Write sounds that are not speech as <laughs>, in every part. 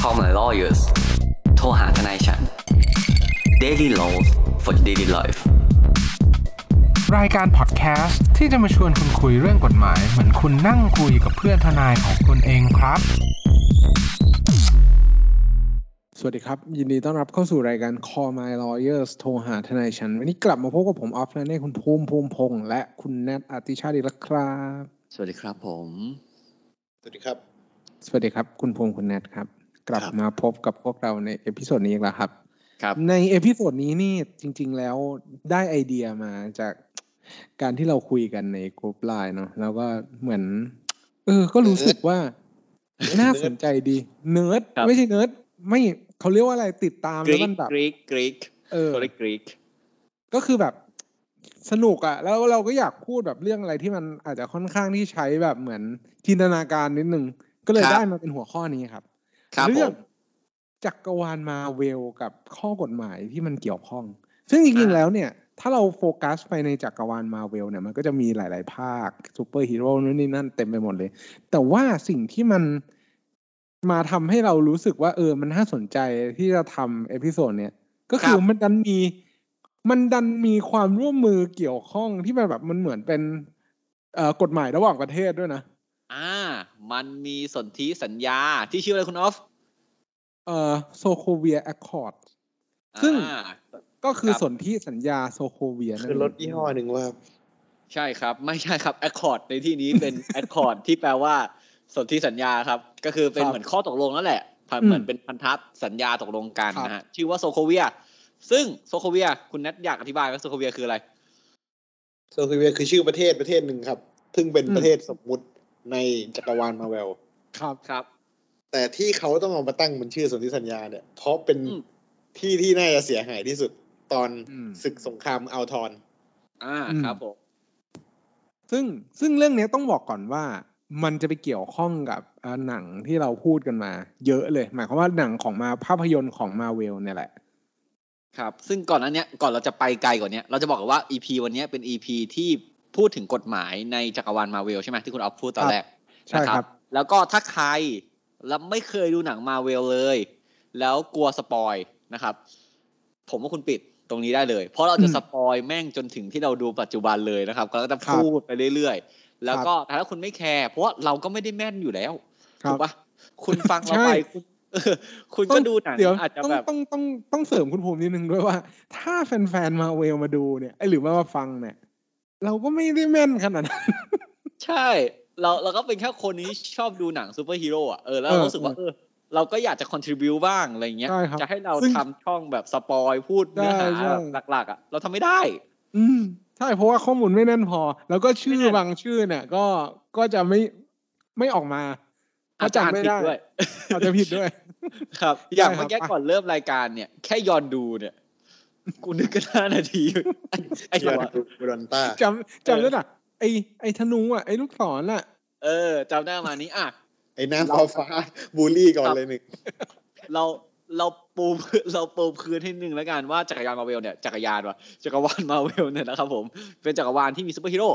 call my lawyers โทรหาทนายฉัน daily laws for daily life รายการพอดแคสต์ที่จะมาชวนคุณคุยเรื่องกฎหมาย เหมือนคุณนั่งคุยกับเพื่อนทนายของคุณเองครับ สวัสดีครับ ยินดีต้อนรับเข้าสู่รายการ Call My Lawyers โทรหาทนายฉัน วันนี้กลับมาพบกับผมออฟและเน่คุณภูมิภูมิพงษ์และคุณแนทอาติชาติรักครับ สวัสดีครับผม สวัสดีครับ สวัสดีครับ คุณภูมิคุณแนทครับ กลับ ครับ มาพบกับพวกเราในเอพิโซดนี้อีกแล้วครับ ครับ ในเอพิโซดนี้นี่จริง ๆ แล้วได้ไอเดียมาจากการที่เราคุยกันในกลุ่มไลน์เนาะแล้วก็เหมือน เออ ก็รู้สึกว่า น่าสนใจดีเนิร์ด ครับ ไม่ใช่เนิร์ดไม่เขาเรียกว่าอะไรติดตาม กรี แล้ว ก มันแบบ กรีกกรีก เออ เขาเรียกกรีก ก็คือแบบสนุกอะแล้วเราก็อยากพูดแบบเรื่องอะไรที่มันอาจจะค่อนข้างที่ใช้แบบเหมือนจินตนาการนิดนึง ก็เลยได้มาเป็นหัวข้อนี้ครับ ครับผ เรื่อง ม จักรวาลมาเวลกับข้อกฎหมายที่มันเกี่ยวข้อง ซึ่งจริงๆแล้วเนี่ย ถ้าเราโฟกัสไปในจักรวาลมาเวลเนี่ย มันก็จะมีหลาย ๆ ภาคซูเปอร์ฮีโร่นู่นนี่นั่นเต็มไปหมดเลย แต่ว่าสิ่งที่มันมาทำให้เรารู้สึกว่า เออ มันน่าสนใจที่จะทำเอพิโซดเนี่ย ก็คือ ครับ มันดันมี มันดันมีความร่วมมือเกี่ยวข้องที่มันแบบมันเหมือนเป็นเอ่อกฎหมายระหว่างประเทศด้วยนะ อ่า มันมีสนธิสัญญาที่ชื่ออะไรคุณออฟ เอ่อโซโคเวียแอคคอร์ด ซึ่ง อ่า ก็คือ ครับ สนธิสัญญาโซโคเวียนั่น คือรถยี่ห้อหนึ่งว่า ใช่ครับ ไม่ใช่ครับแอคคอร์ดในที่นี้ <laughs> เป็น แอคคอร์ดที่แปลว่าสนธิสัญญาครับ ก็คือเป็น ครับ เหมือนข้อตกลงนั่นแหละผ่าน อืม เหมือนเป็นพันธะสัญญาตกลงกัน ครับ นะฮะชื่อว่าโซโคเวีย ซึ่งโซโคเวีย คุณนัทอยากอธิบายว่าโซโคเวียคืออะไร โซเวียคือชื่อประเทศประเทศหนึ่งครับ ซึ่งเป็น อืม ประเทศสมมุติในจักรวาลมาเวล ครับ ครับ แต่ที่เขาต้องเอามาตั้งเป็นชื่อสนธิสัญญาเนี่ย เพราะเป็น อืม ที่ที่น่าจะเสียหายที่สุดตอน อืม ศึกสงครามอัลทอน อ่า อืม ครับผม ซึ่งซึ่งเรื่องเนี้ยต้องบอกก่อนว่า มันจะไปเกี่ยวข้องกับอ่าหนังที่เราพูดกันมา เยอะเลย หมายความว่าหนังของมาภาพยนตร์ของมาเวลเนี่ยแหละ ครับ ซึ่งก่อนนั้นเนี้ยก่อนเราจะไปไกลกว่าเนี้ยเราจะบอกกอนว่า EP วันเนี้ยเป็น EP ที่พูดถึงกฎหมายในจักรวาลมาเวลใช่ไหมที่คุณออฟพูดตอนแรก ใช่ครับ นะแล้วก็ถ้าใครแล้วไม่เคยดูหนังมาเวลเลย แล้วกลัวสปอยนะครับ ผมว่าคุณปิดตรงนี้ได้เลย เพราะเราจะ อืม สปอยแม่งจนถึงที่เราดูปัจจุบันเลยนะครับ ก็จะ ครับ พูดไปเรื่อยๆ แล้วก็แต่ถ้าคุณไม่แคร์เพราะว่าเราก็ไม่ได้แม่นอยู่แล้ว ครับ ถูกปะคุณฟังเรา ใช่ ไปคุณ <laughs> เออคุณก็ดูหนัง เดี๋ยว อาจจะ ต้อง แบบ ต้องต้องต้องเสริมคุณภูมินิดนึงด้วยว่า ถ้าแฟนๆมาเวลมาดูเนี่ยเอ้ยหรือว่ามาฟังเนี่ย เราก็ไม่ได้แม่นขนาดนั้น ใช่ เราเราก็เป็นแค่คนนี้ชอบดูหนังซูเปอร์ฮีโร่อะเออแล้วเอเราอ รู้สึกว่าเออเราก็อยากจะ contribu บ้างอะไรอย่างเงี้ย ใช่ครับ จะให้เรา ซึ่ง ทำช่องแบบสปอยพูดเนื้อหา ใช่ใช่ แบบหลักๆอ่ะเราทำไม่ได้ อืมใช่เพราะว่าข้อมูลไม่แน่นพอ แล้วก็ชื่อ ไม่แน่น บางชื่อเนี่ย ก็ก็จะไม่ไม่ออกมาเพ อา ราะ จาจำรย์ ไม่ ผิด ได้ ด้วย อาจจะผิดด้วย <laughs> ครับ ใช่ อย่างเมื่อ ครั กี้ บ ก่อนเริ่มรายการเนี่ย แค่ยอนดูเนี่ย กูนึกกันห้านา <laughs> ทีไอ้ไอ้ตัที่ว เราดูบูรอนต้า จำจำได้ป่ะไอไอธนูอ่ะไอลูกศรน่ะ เออจำได้มานี้อ่ะ ไอ้น้ำฟ้าฟ้า <laughs> บูลลี่ก่อนเลยหนึ่ง เราเราปูพื้น <laughs> เราปูพื้นให้หนึ่งแล้วกันว่าจักรยานมาเวลเนี่ยจักรยานว่ะจักรวาลมาเวลเนี่ยนะครับผมเป็นจักรวาลที่มีซูเปอร์ฮีโร่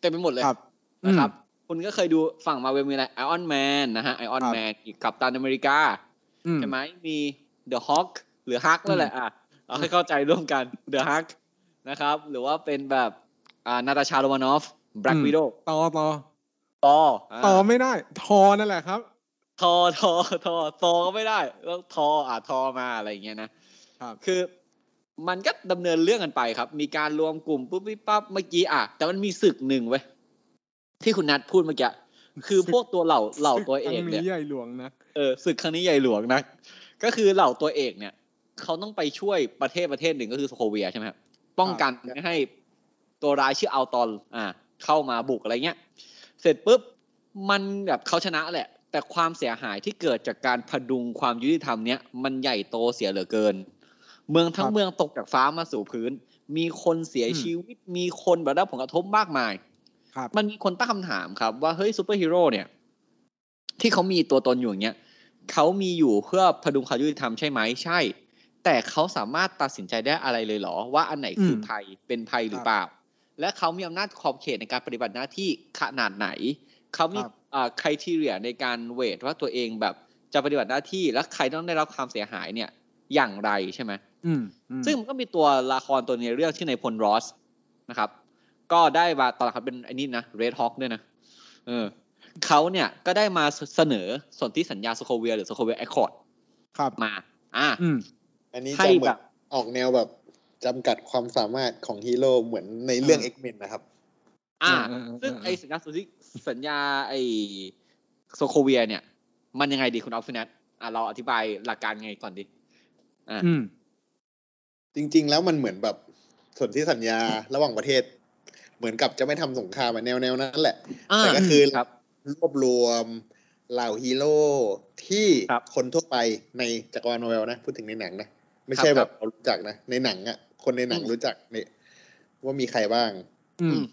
เต็มไปหมดเลย ครับ นะครับ คุณก็เคยดูฝั่งมาเวลมีอะไรไอออนแมนนะฮะไอออน ครับ แมนอีกกัปตันอเมริกา อืม ใช่ไหมมีเดอะฮอคหรือฮัก อืม นั่นแหละอ่ะเอาให้เข้าใจร่วมกันเดอะฮักนะครับ หรือว่าเป็นแบบอ่านาตาชาโรมานอฟแบล็ก อืม วิดโด ต่อต่อ ตอ อ อ่า ต่อไม่ได้ ทอนั่นแหละครับ ทอทอทอตอก็ไม่ได้ต้องทออ่ะทอมาอะไรอย่างเงี้ยนะครับ คือ มันก็ดำเนินเรื่องกันไปครับ มีการรวมกลุ่มปุ๊บปิ๊บปั๊บเมื่อกี้อ่ะ แต่มันมีศึกหนึ่งเว้ยที่คุณนัทพูดเมื่อกี้คือพวกตัวเหล่าเหล่าตัวเอก ครั้ เนี่ย ใหญ่หลวงนะ เออศึกครั้งนี้ใหญ่หลวงนะ ก็คือเหล่าตัวเอกเนี่ย เขาต้องไปช่วยประเทศประเทศหนึ่งก็คือสโคเวียใช่ไหมครับป้องกันไม่ให้ตัวร้ายชื่ออัลตอนอ่า เข้ามาบุกอะไรเงี้ย เสร็จปุ๊บ มันแบบเขาชนะแหละ แต่ความเสียหายที่เกิดจากการพดุงความยุติธรรมเนี่ยมันใหญ่โตเสียเหลือเกิน เมืองทั้งเมืองตกจากฟ้ามาสู่พื้น มีคนเสียชีวิตมีคนแบบได้รับผลกระทบมากมาย ครับ มันมีคนตั้งคำถามครับว่าเฮ้ยซูเปอร์ฮีโร่เนี่ย ที่เขามีตัวตนอยู่อย่างเงี้ยเขามีอยู่เพื่อพดุงความยุติธรรมใช่ไหมใช่ แต่เขาสามารถตัดสินใจได้อะไรเลยเหรอ ว่าอันไหนคืออ ม ภัยเป็นภัยหรืคอรับ เปล่า และเขามีอำนาจขอบเขตในการปฏิบัติหน้าที่ขนาดไหน เขามี ครับ อ่าคุณทีเรียในการเวทว่าตัวเองแบบ จะปฏิบัติหน้าที่และใครต้องได้รับความเสียหายเนี่ยอย่างไรใช่ไหม อืมอืม ซึ่งมันก็มีตัวละครตัวในเรื่องชื่อในายพลรอสนะครับ ก็ได้มาตอนหลังเขาเป็นไอ้นี่นะเรดฮอคด้วยนะเออเขาเนี่ยก็ได้มาเสนอสนธิสัญญาสโคเวียหรือสโคเวียแอคคอร์ด ครับ มา อ่า อืม อันนี้ ให้ จะเหมื แบ อน บ ออกแนวแบบจำกัดความสามารถของฮีโร่เหมือนในเรื่อง อืม X-Men นะครับ อ่า เออเออเออ ซึ่งไอสัญญาสนธิสัญญาไอสโคเวียเนี่ย มันยังไงดีคุณออฟฟินัทอ่ะเราอธิบายหลักการไงก่อนดี อืม จริง ๆ แล้วมันเหมือนแบบสนธิสัญญาระหว่างประเทศ เหมือนกับจะไม่ทำสงครามอะแนวแนวๆนั้นแหละ อ่า แต่ก็คือ ครับ รวบรวมเหล่าฮีโร่ที่ ครับ คนทั่วไปในจักรวาลโนเวลนะ พูดถึงในหนังนะ ไม่ใช่ ค แบ รับบ เรารู้จักนะ ในหนังอะ่ะ คนในหนัง อืม รู้จักเนี่ยว่ามีใครบ้าง อืม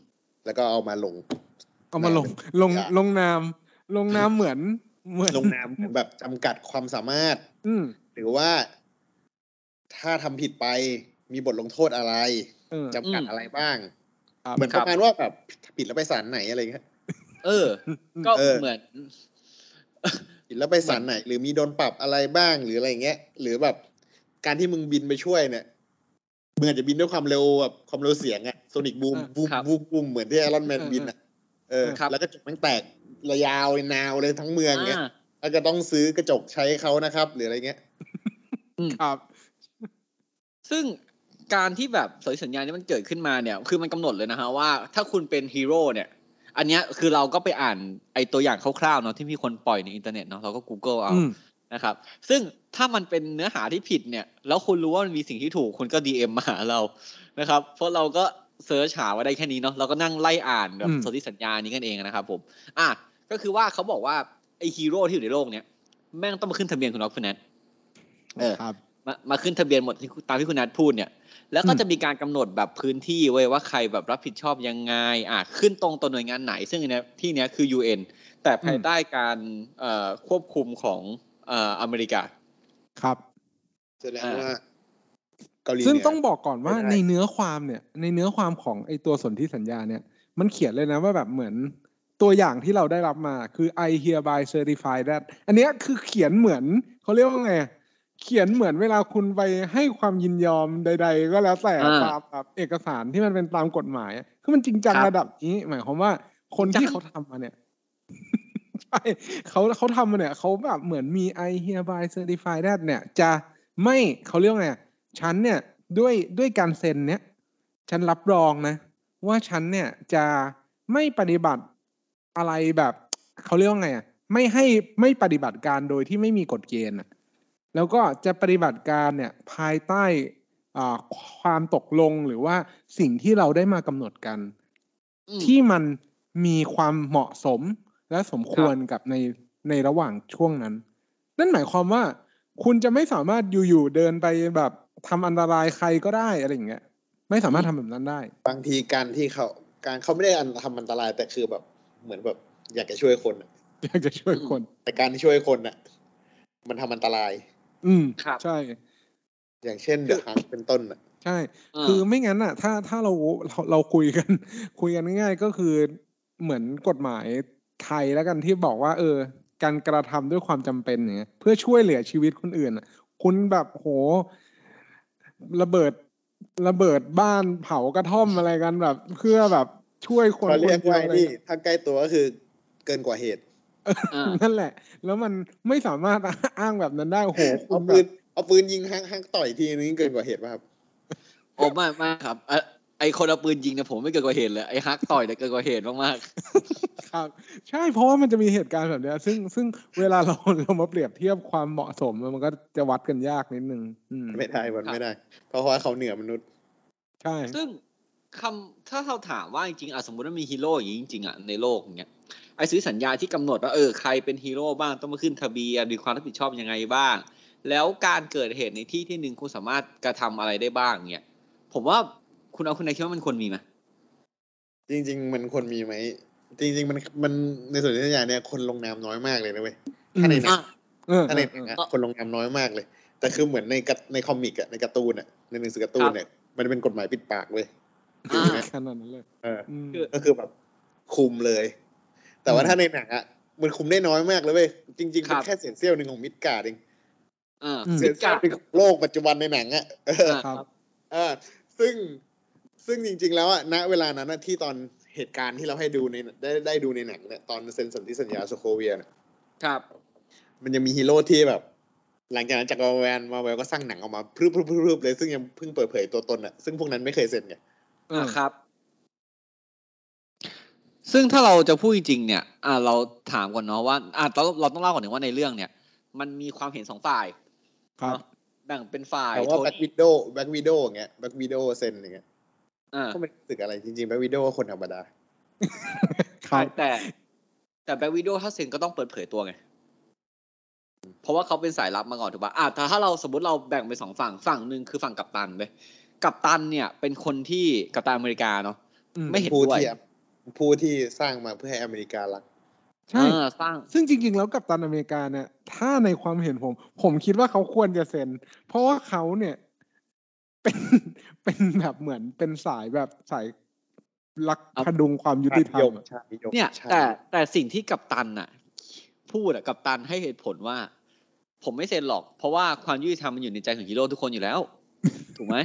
แล้วก็เอามาลง เอามาลง ลง ลงนาม ลงนามเหมือน เหมือน ลงนามเหมือนแบบจำกัดความสามารถ อืม หรือว่า ถ้าทำผิดไปมีบทลงโทษอะไร เออ จำกัดอะไรบ้าง ครับ เหมือนประมาณว่าแบบผิดแล้วไปศาลไหนอะไรเงี้ย เออ ก็ เออ เหมือน ผิดแล้วไปศาลไหน หรือมีโดนปรับอะไรบ้างหรืออะไรเงี้ย หรือแบบการที่มึงบินไปช่วยเนี่ยมึงอาจจะบินด้วยความเร็วแบบความเร็วเสียงอะโซนิกบูม อ่ะ บูม ครับ บูมบูมเหมือนที่ไอรอนแมน เออ บินอะเออ ครับ แล้วกระจกมันแตกระยาวเลยนาวเลยทั้งเมืองเงี้ย อ่า แล้วก็ต้องซื้อกระจกใช้เขานะครับ หรืออะไรเงี้ย ครับ ซึ่งการที่แบบสนธิสัญญานี้มันเกิดขึ้นมาเนี่ย คือมันกำหนดเลยนะฮะว่าถ้าคุณเป็นฮีโร่เนี่ย อันเนี้ยคือเราก็ไปอ่านไอตัวอย่างคร่าวๆเนาะที่มีคนปล่อยในอินเทอร์เน็ตเนาะเราก็ Google เอา อืม นะครับ ซึ่งถ้ามันเป็นเนื้อหาที่ผิดเนี่ย แล้วคุณรู้ว่ามันมีสิ่งที่ถูกคุณก็ DM มาหาเรานะครับ เพราะเราก็เซิร์ชหาไว้ได้แค่นี้เนาะเราก็นั่งไล่อ่านแบ อื บ ม สนธิสัญญานี้กันเองนะครับผมอ่ะก็คือว่าเขาบอกว่าไอฮีโร่ที่อยู่ในโลกเนี่ยแม่งต้องมาขึ้นทะเบียนคุณน็อกคุณแนท เออ ครับ มามาขึ้นทะเบียนหมดที่ตามที่คุณนัทพูดเนี่ย แล้วก็ อืม จะมีการกำหนดแบบพื้นที่เว้ยว่าใครแบบรับผิดชอบยังไง อ่ะขึ้นตรงต่อหน่วยงานไหน ซึ่งอันเนี้ยที่เนี้ยคือ UN แต่ภายใต้การเอ่อควบคุมของเอ่ออเมริกา ครับ แสดง อ่า ว่าเกาหลี ซึ่ง เหนือ ต้องบอกก่อนว่า ไม่ได้ ในเนื้อความเนี่ย ในเนื้อความของไอตัวสนธิสัญญาเนี่ย มันเขียนเลยนะว่าแบบเหมือนตัวอย่างที่เราได้รับมาคือ I hereby certify that อันเนี้ยคือเขียนเหมือนเขาเรียกว่าไงอะเขียนเหมือนเวลาคุณไปให้ความยินยอมใด ๆ ก็แล้วแต่ อ่า ตามแบบเอกสารที่มันเป็นตามกฎหมายอะคือมันจริงจัง ครับ ระดับนี้หมายความว่าคน จริ ที่ งจัง เขาทำมาเนี่ย <laughs> ใช่เขาเขาทำมาเนี่ยเขาแบบเหมือนมี I hereby certify that เนี่ย จะไม่เขาเรียกว่าไงอะฉันเนี่ยด้วยด้วยการเซ็นเนี่ย ฉันรับรองนะ ว่าฉันเนี่ยจะไม่ปฏิบัติอะไรแบบ เขาเรียกว่าไงอะไม่ให้ไม่ปฏิบัติการโดยที่ไม่มีกฎเกณฑ์อะแล้วก็จะปฏิบัติการเนี่ยภายใต้อ่าความตกลงหรือว่าสิ่งที่เราได้มากำหนดกัน อืม ที่มันมีความเหมาะสมและสมควรกับในในระหว่างช่วงนั้น นั่นหมายความว่า คุณจะไม่สามารถอยู่ๆเดินไปแบบทำอันตรายใครก็ได้อะไรอย่างเงี้ยไม่สามารถทำแบบนั้นได้ บางทีการที่เขาการเขาไม่ได้อันทำอันตรายแต่คือแบบ เหมือนแบบ อยากจะช่วยคนอะ <laughs> อยากจะช่วยคน แต่การที่ช่วยคนน่ะ มันทำอันตราย อืม ครับ ใช่ อย่างเช่นเดอะฮังเป็นต้นน่ะ ใช่ อ่า คือไม่งั้นอ่ะ ถ้าถ้าเราเราเราคุยกัน <laughs> คุยกันง่ายๆก็คือเหมือนกฎหมายไทยแล้วกันที่บอกว่า เออ การกระทำด้วยความจำเป็นอย่างเงี้ยเพื่อช่วยเหลือชีวิตคนอื่นอะคุณแบบโห ระเบิดระเบิดบ้านเผากระท่อมอะไรกันแบบ เพื่อแบบช่วยคน เขา ค เรีย น ก เดียว ว่า อะไร นี่ เงี้ย ถ้าใกล้ตัวก็คือเกินกว่าเหตุ อ่า นั่นแหละ แล้วมันไม่สามารถ <laughs> อ้างแบบนั้นได้โอ้โหคุ เอา ณแบ ปืน บ เอาปืนยิงฮักฮักต่อยทีนี้เกินกว่าเหตุป่ะครับ โอ้ไม่ไม่ครับเอ่อไอคนเอาปืนยิงเนี่ยผมไม่เกินกว่าเหตุเลยไอฮักต่อยเนี่ยเกินกว่าเหตุมาก ครับ ใช่เพราะว่ามันจะมีเหตุการณ์แบบเนี้ย ซึ่งซึ่งเวลาเราเรามาเปรียบเทียบความเหมาะสมมันก็จะวัดกันยากนิดนึง อืม ไม่ได้มันไม่ได้ เพราะว่าเขาเหนือมนุษย์ ใช่ ๆ ซึ่งคำถ้าเราถามว่าจริงๆอ่ะสมมติว่ามีฮีโร่อย่างนี้จริงๆอ่ะในโลกอย่างเงี้ยไอสนธิสัญญาที่กำหนดว่าเออใครเป็นฮีโร่บ้างต้องมาขึ้นทะเบียนมีความรับผิดชอบยังไงบ้าง แล้วการเกิดเหตุในที่ที่หนึ่งคุณสามารถกระทำอะไรได้บ้างเนี่ยผมว่าคุณเอาคุณนายคิดว่ามันควรมีไหม จริง ๆ มันควรมีไหม จริง ๆ มันมันในส่วนที่ยาเนี่ยคนลงนามน้อยมากเลยนะเว้ย ถ้าในหนัง อ่ะ เออ ถ้าในหนังอะคนลงนามน้อยมากเลย แต่คือเหมือนในกระในคอมิกอะในการ์ตูนอะในหนังสือการ์ตูนเนี่ย มันเป็นกฎหมายปิดปากเว้ย อ่า ขนาดนั้นเลย เออ อืม คือ ก็คือแบบคุมเลย แต่ว่าถ้าในหนังอะ มันคุมได้น้อยมากเลยเว้ยจริงๆ ครั เป็น บ แค่เศษเสี้ยวหนึ่งของมิดการ์ดเอง อ่า อืม เศ มิ ษ ด เสี้ การ์ยวด หนึ่งของโลกปัจจุบันในหนังอะ อ่า ครับ เออซึ่งซึ่งจริง ๆ แล้วอะณเวลานั้นอะที่ตอนเหตุการณ์ที่เราให้ดูในได้ได้ดูในหนังเนี่ยตอนเซ็นสันติสัญญาสโคเวียเนี่ย ครับ มันยังมีฮีโร่ที่แบบ หลังจากนั้นจากมาแวนมาแววก็สร้างหนังออกมาพรึบพรึบพรึบพรึบเลยซึ่งยังเพิ่งเปิดเผยตัวตนอะซึ่งพวกนั้นไม่เคยเซ็นไง อ่าครับ ซึ่งถ้าเราจะพูดจริงๆเนี่ย อ่า เราถามก่อนเนาะว่า อ่าเราเราต้องเล่าก่อนหนึ่งว่าในเรื่องเนี่ย มันมีความเห็นสองฝ่าย ครับ แบ่งเป็นฝ่าย แต่ว่า โท แบ็ก นี่ วิดโดแบ็กวิดโดอย่างเงี้ยแบ็กวิดโดเซ็นอย่างเงี้ย อ่า ก็ไม่รู้สึกอะไรจริงๆแบ็กวิดโดก็คนธรรมดา ครับ แต่ แต่แบ็กวิดโดถ้าเซ็นก็ต้องเปิดเผยตัวไง เพราะว่าเขาเป็นสายลับมาก่อนถูกปะอ่าถ้าถ้าเราสมมติเราแบ่งเป็นสองฝั่ง ฝั่งหนึ่งคือฝั่งกัปตันเลยกัปตันเนี่ย เป็นคนที่กัปตันอเมริกาเนาะ อืม ไม่เห็น ผู้ ด้วย ที่ผู้ที่สร้างมาเพื่อให้อเมริการัก ใช่ เออสร้าง ซึ่งจริง ๆ แล้วกับตันอเมริกาเนี่ย ถ้าในความเห็นผม ผมคิดว่าเขาควรจะเซ็น เพราะว่าเขาเนี่ย <laughs> เป็น เป็นแบบเหมือนเป็นสายแบบสายรัก เอา พดุงความยุติธรรมอะ ชาตินิยม เนี่ย ชาติ แต่ นิยม แต่สิ่งที่กัปตันน่ะ พูดอะกัปตันให้เหตุผลว่า ผมไม่เซ็นหรอก เพราะว่าความยุติธรรมมันอยู่ในใจของฮีโร่ทุกคนอยู่แล้ว ถูกไหม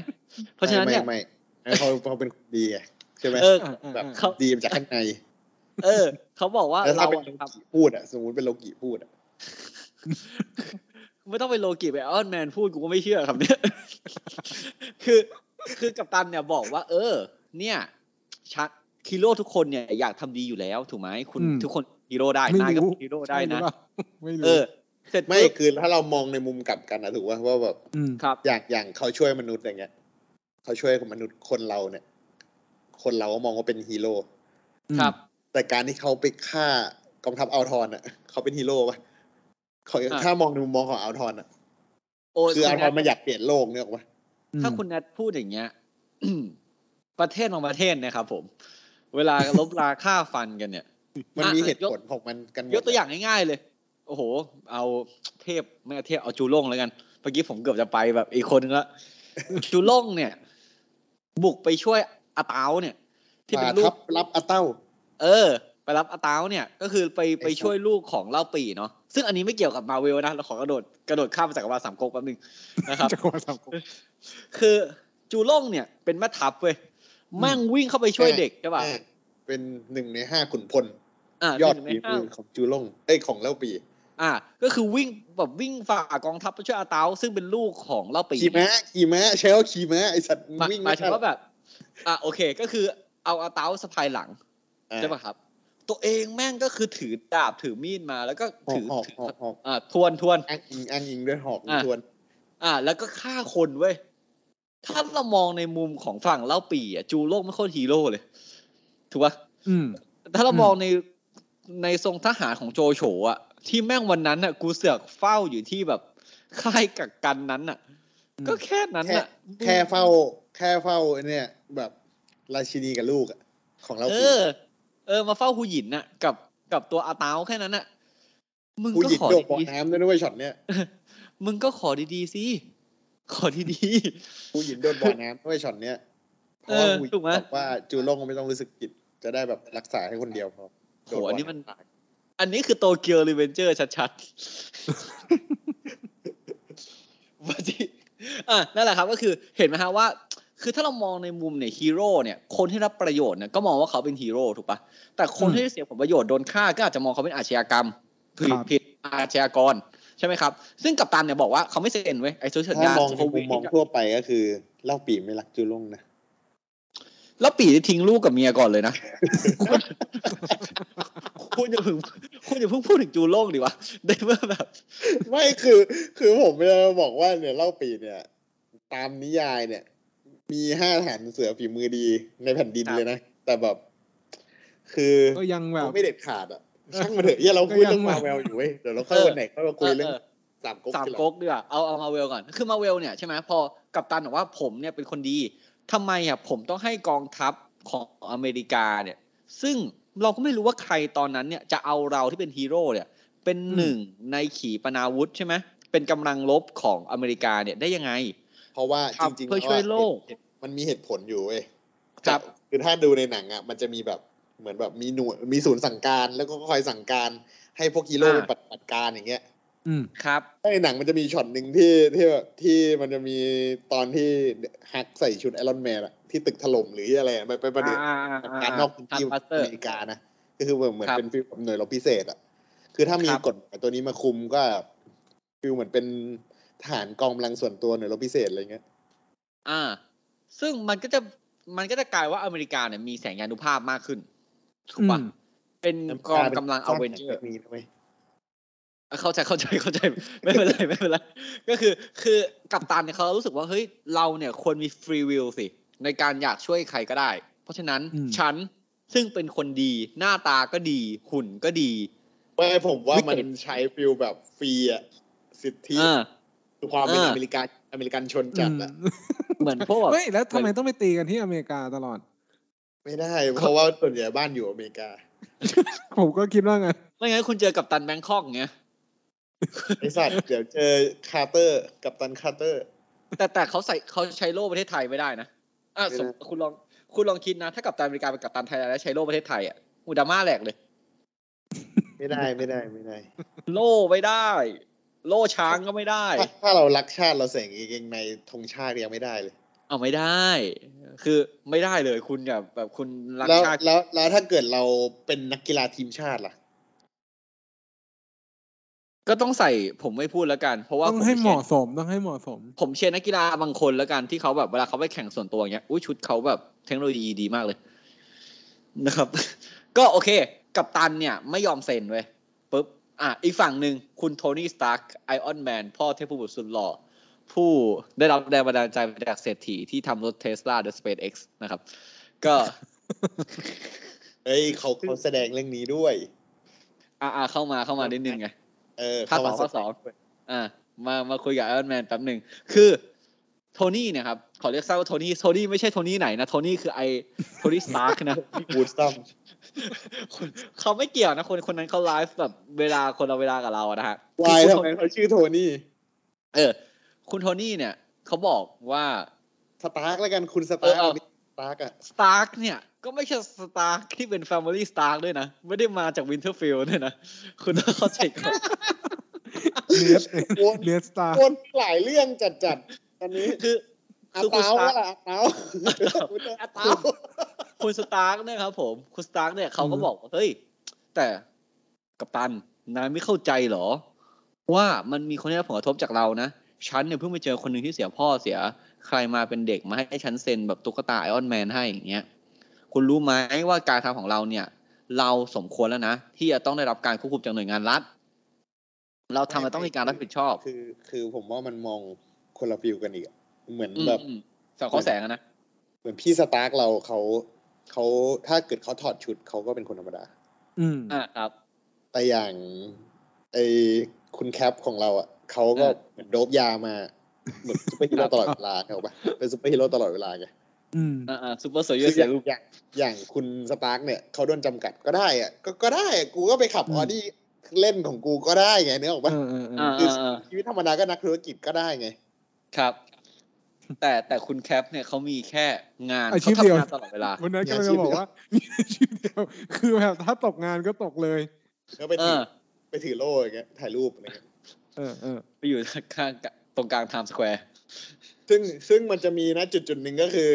เพราะฉะนั้นเนี่ย ไม่ไม่ไม่เขาเขาเป็นคนดีไงใช่ไหม เออ อ่าอ่า แบบ อ่า เขา ดีมาจากข้างใน เออ เขาบอกว่า แล้วถ้า เรา เป็น อะ โล ครับ กิพูดอ่ะสมมติเป็นโลกิพูดอ่ะ ไม่ต้องไปโลกิไปออนแมนพูดกูก็ไม่เชื่อครับเนี่ย <laughs> คือคือกัปตันเนี่ยบอกว่า เออ เนี่ยชักฮีโร่ทุกคนเนี่ยอยากทำดีอยู่แล้วถูกไหมคุณทุกคนฮีโร่ได้นายก็เป็นฮีโร่ได้ ใช่หรือ นะ เปล่าไม่ เอ รู้ อ เสร็จ ไม่ ปุ๊บ คือถ้าเรามองในมุมกลับกันนะถูกว่าว่าแบบ ม ครับ อย่างอย่างเขาช่วยมนุษย์อย่างเงี้ยเขาช่วยมนุษย์คนเราเนี่ย คนเราก็มองว่าเป็นฮีโร่ ครับ แต่การที่เขาไปฆ่ากองทัพอัลทอนอ่ะ เขาเป็นฮีโร่ปะเขา อ่ะ ถ้ามองในมุมมองของอัลทอนอ่ะ โอ้ย คืออัลทอนมันอยากเปลี่ยนโลกเนี่ยหรอกปะ อืม ถ้าคุณแอดพูดอย่างเงี้ <clears throat> ย ประเทศบางประเทศเนะครับผม เวลาลบราค่าฟันกันเนี่ย มัน อ่ะ มี อ่ะ เหตุ ยก ผลของมันกันหมด ยกตัวอย่างง่ายๆเลย โอ้โห เอาเทพไม่เอาเทพเอาจูล่งแล้วกันเมื่อกี้ผมเกือบจะไปแบบอีกคนนึงละ จูล่งเนี่ย บุกไปช่วยอาเตาเนี่ย ที่เป็นลู ทั ก บรับอาเต้า เออ ไปรับอาเตาเนี่ย ก็คือไปไปช่วยลูกของเล่าปีเนาะซึ่งอันนี้ไม่เกี่ยวกับมาเวลนะเราขอกระโดดกระโดดข้ามมาจากกรวาลสามก๊กแป๊บนึงนะครับ จักรวาลสามก๊ก คือจูล่งเนี่ยเป็นแม่ทัพเว้ยแม่งวิ่งเข้าไปช่วยเด็กใช่ป่ะ อ่าเป็นหนึ่งในห้าขุนพล อ่าย อด หนึ่งใน ฝี ห้า มือของจูล่งเอ้ยของเล่าปี อ่า ก็คือวิ่งแบบวิ่งฝ่ากองทัพไปช่วยอาเตาซึ่งเป็นลูกของเล่าปี ขี่ม้าขี่ม้าใช้ว่าขี่ม้าไอสัตว์ หมาย วิ่ง หมายถึง ทัน ว่าแบบ อ่าโอเค ก็คือเอาอาเตาสะพายหลัง อ่า ใช่ป่ะครับ ตัวเองแม่งก็คือถือดาบถือมีดมาแล้วก็ หอก ถือ หอถือกหอกหอก อ่าทวนทวน อ้างอิงอ้างอิงด้วยหอก อ่ะ ทวน อ่า แล้วก็ฆ่าคนเว้ยถ้าเรามองในมุมของฝั่งเล่าปีอ่ะจูโล่งไม่โคตรฮีโร่เลยถูกปะ อืม ถ้าเรา อืม มองในในทรงทหารของโจโฉอะที่แม่งวันนั้นอะกูเสือกเฝ้าอยู่ที่แบบค่ายกักกันนั้นอะก็แค่นั้นอะ แค่เฝ้า แค่เฝ้าไอ้เนี่ย แบบราชินีกับลูกอะของเล่า เอ ปี อ เออมาเฝ้าหูหยินอะกับกับตัวอาเตาแค่นั้นอะมึง ผู้ ก็ หญิง ขอ โดดบ่อ ดี น้ำด้วยนะเว้ยช็อตเนี้ย ๆ <laughs> มึงก็ขอดีๆสิขอดี ผู้หญิงโดดบ่อน้ำด้วยช็อตเนี้ยๆเพเอ ราะว่า อ ผู้หญิง ถูกไหม บอกว่าจูล่งไม่ต้องรู้สึกผิดจะได้แบบรักษาให้คนเดียวพอ โหอันนี้มัน อันนี้คือโตเกียวรีเวนเจอร์ชัด <laughs> ๆว่าที่อ่ะนั่นแหละครับก็คือเห็นไหมฮะว่า คือถ้าเรามองในมุมเนี่ยฮีโร่เนี่ย คนที่รับประโยชน์เนี่ยก็มองว่าเขาเป็นฮีโร่ถูกปะแต่คน อืม ที่เสียผลประโยชน์โดนฆ่าก็อาจจะมองเขาเป็นอาชญากรรมผิด ครับ ผิดอาชญากรใช่ไหมครับ ซึ่งกัปตันเนี่ยบอกว่าเขาไม่เซ็นเว้ยไอ้ชุดสัญญา ถ้ามองใน โค มุ วิด มมองทั่วไปก็คือเล่าปีไม่รักจูล่งนะ แล้วปีทิ้งลูกกับเมียก่อนเลยนะ คุณคุณอย่าเพิ่งคุณอย่าเพิ่งพูดถึงจูโล่งดิวะในเมื่อแบบ ไม่คือคือผมจะบอกว่าเนี่ยเล่าปีเนี่ย ตามนิยายเนี่ย มีห้าทหารเสือฝีมือดีในแผ่นดิน ครับ เลยนะ แต่แบบ คือ ก็ยังแบบ ไม่เด็ดขาดอ่ะช่างมาเถอะอย่าเราคุย ก็ยั เรื่อง ง แบบ มาแววอยู่เว้ยเดี๋ยวเราค่อยวันไหนค่อยมาคุยเรื่อง ออ สามก๊ก สาม ทีหลัง ก๊กดีกว่าเอาเอามาเวลก่อน คือมาเวลเนี่ยใช่ไหมพอกัปตันบอกว่าผมเนี่ยเป็นคนดีทำไมอ่ะผมต้องให้กองทัพของอเมริกาเนี่ย ซึ่งเราก็ไม่รู้ว่าใครตอนนั้นเนี่ยจะเอาเราที่เป็นฮีโร่เนี่ย เป็นหนึ่งในขีปนาวุธใช่ไหมเป็นกำลังลบของอเมริกาเนี่ยได้ยังไง เพราะว่าจริงๆ เพื่อช่วยโลก แล้อะมันมีเหตุผลอยู่เว้ย ครับ คือถ้าดูในหนังอ่ะมันจะมีแบบเหมือนแบบมีหน่วยมีศูนย์สั่งการแล้วก็คอยสั่งการ ให้พวกฮีโร่ อ่า เป็นปฏิบัติการอย่างเงี้ย อืม ครับ ในหนังมันจะมีช็อตหนึ่งที่ที่แบบที่มันจะมีตอนที่ฮักใส่ชุดไอรอนแมนอะที่ตึกถล่มหรืออะไรอะไปไปประเดี๋ยว อ่าอ่าอ่า การนอกพื้นที่ ทำ อ cluster เมริกานะก็คือเหมือน ครับ เป็นฟิลแบบหน่วยรบพิเศษอะคือถ้ามี ครับ กฎหมายตัวนี้มาคุมก็ฟิลเหมือนเป็นทหารกองกำลังส่วนตัวหน่วยรบพิเศษอะไรเงี้ย อ่า ซึ่งมันก็จะมันก็จะกลายว่าอเมริกาเนี่ยมีแสงยานุภาพมากขึ้นถูกปะ อืม เป็นกองกำลังอเวนเจอร์ มีทำไม เข้าใจเข้าใจเข้าใจ ไม่เป็นไรไม่เป็นไรก็คือคือกัปตันเนี่ยเขารู้สึกว่าเฮ้ยเราเนี่ยควรมีฟรีวิลสิ ในการอยากช่วยใครก็ได้ เพราะฉะนั้น อืม ฉันซึ่งเป็นคนดีหน้าตาก็ดี หุ่นก็ดี ไม่ผมว่ามัน วิกฤต ใช้ฟิลแบบฟรีอะสิทธิ เออ คือความเป็น เอออ อเมริกันอเมริกันชนจัดอะ เหมือนพวก เฮ้ยแล้วทำไมต้องไปตีกันที่อเมริกาตลอด ไม่ได้ เพราะว่าส่วนใหญ่บ้านอยู่อเมริกา ผมก็คิดว่าไงน ไม่งั้นคุณเจอกัปตันแบงคอกเงี้ย ไอสัตว์ เดี๋ยวเจอคาร์เตอร์กับตันคาร์เตอร์ แต่แต่เขาใส่เขาใช้โล่ประเทศไทยไม่ได้นะอ่ะสม ไม่ได้ คุณลองคุณลองคิดนะ ถ้ากัปตันอเมริกาเป็นกัปตันไทยแล้วใช้โล่ประเทศไทยอ่ะอูดราม่าแหลกเลย ไม่ <laughs> ได้ไม่ได้ไม่ได้ โล่ไม่ได้ โล่ช้างก็ไม่ได้ <laughs> ถ้าถ้าเรารักชาติเราเสงเองในธงชาติยังไม่ได้เลย เอาไม่ได้ คือไม่ได้เลยคุณแบบแบบคุณรัก แล้ว ชาติ แล้วแล้วถ้าเกิดเราเป็นนักกีฬาทีมชาติล่ะ ก็ต้องใส่ผมไม่พูดแล้วกัน เพราะว่า ต้อง ผ ให้เห เชีย มาะ ร์ สมต้องให้เหมาะสม ผมเชียร์นักกีฬาบางคนแล้วกันที่เขาแบบเวลาเขาไปแข่งส่วนตัวอย่างเงี้ยอุ้ยชุดเขาแบบเทคโนโลยีดีมากเลย นะครับ <laughs> ก็โอเค กัปตันเนี่ยไม่ยอมเซ็นเว้ยปุ๊บอ่ะอีกฝั่งหนึ่งคุณโทนี่สตาร์คไอออนแมนพ่อเทพบุตรสุดหล่อ ผู้ได้รับแรงบันดาลใจมาจากเศรษฐีที่ทำรถเทสลาเดอะสเปซเอ็กซ์นะครับ ก็ เอ้ยเขาเขาแสดงเรื่องนี้ด้วย อ่าเข้ามาเข้ามานิดนึงไง เออ ภาคสเขม อง แด ภาคสองอ่ามามาคุยกับไอรอนแมนแป๊บหนึ่งคือโทนี่เนี่ยครับ ขอเรียกสั้นว่าโทนี่โทนี่ไม่ใช่โทนี่ไหนนะโทนี่คือไอโทนี่สตาร์กนะ <laughs> พี่บูสตัม คนเขาไม่เกี่ยวนะ คนคนนั้นเขาไลฟ์แบบเวลาคนละเวลากับเราอะนะฮะ วาย คือ ทำ คุณ ไมเขาชื่อโทนี่ เออ คุณโทนี่เนี่ยเขาบอกว่า สตาร์กแล้วกันคุณส เอ ตา อ ร์ก เอา สตาร์กอะ สตาร์กเนี่ย ก็ไม่ใช่สตาร์กที่เป็นแฟมิลี่สตาร์กด้วยนะ ไม่ได้มาจากวินเทอร์ฟิลด์ด้วยนะ คุณต้องเข้าใจ <laughs> ก่อน เลียส <laughs> โอน เลียสตาร์ วนหลายเรื่องจัดจัดๆตอนนี้ คือ อา คือคุณ เตา สตาร์ ว่ะ ก <laughs> อาเตา อาเต๋า คุณสตาร์กเนี่ยครับผมคุณสตาร์กเนี่ยเขาก็ อืม บอกว่าเฮ้ย แต่กัปตันนายไม่เข้าใจเหรอ ว่ามันมีคนได้รับผลกระทบจากเรานะฉันเนี่ยเพิ่งไปเจอคนหนึ่งที่เสียพ่อเสีย ใครมาเป็นเด็กมาให้ฉันเซ็นแบบตุ๊กตาไอออนแมนให้อย่างเงี้ยคุณรู้ไหมว่าการทำของเราเนี่ย เราสมควรแล้วนะ ที่จะต้องได้รับการควบคุมจากหน่วยงานรัฐ เราทำมันต้องมีการรับผิดชอบ คือ คือผมว่ามันมองคนละฟิลกันอีกอะเหมือน อืม แบบ อืมสองข้อแสงอะนะ เหมือนพี่สตาร์กเราเขาเขาถ้าเกิดเขาถอดชุดเขาก็เป็นคนธรรมดา อืม อ่าครับ แต่อย่างไอคุณแคปของเราอ่ะเขาก็ อ่ะ เหมือนโดบยามาเหมือนซุปเปอร์ฮีโร่ตลอดเวลาเขาปะเป็นซุปเปอร์ฮีโร่ตลอดเวลาไง อืม อ่าอ่าซูเปอร์โซ คื เยอ อ ร์เซ อย่า ล ง ลู อย่างอย่างคุณสตาร์กเนี่ยเขาโดนจำกัดก็ได้อ่ะก็ก็ได้อะกูก็ไปขับ อื อ ม อดี้เล่นของกูก็ได้ไงเนื้อออกปะ เออเออเอ อ่า อ อ่าอ่า ชีวิตธรรมดาก็นักธุรกิจก็ได้ไง ครับ แต่แต่คุณแคปเนี่ยเขามีแค่งาน อาชี เขา พเดียว ทำงานตลอดเวลา วันนั้นกำลังจะบอกว่า <laughs> มีอาชีพเดียว คือแบบถ้าตกงานก็ตกเลย แล้วไป เอ ถื อ อไปถือโล่อย่างเงี้ยถ่ายรูปอะไรเงี้ย เออเออ ไปอยู่ข้างๆตรงกลางไทม์สแควร์ ซึ่งซึ่งมันจะมีนะจุดจุดๆหนึ่งก็คือ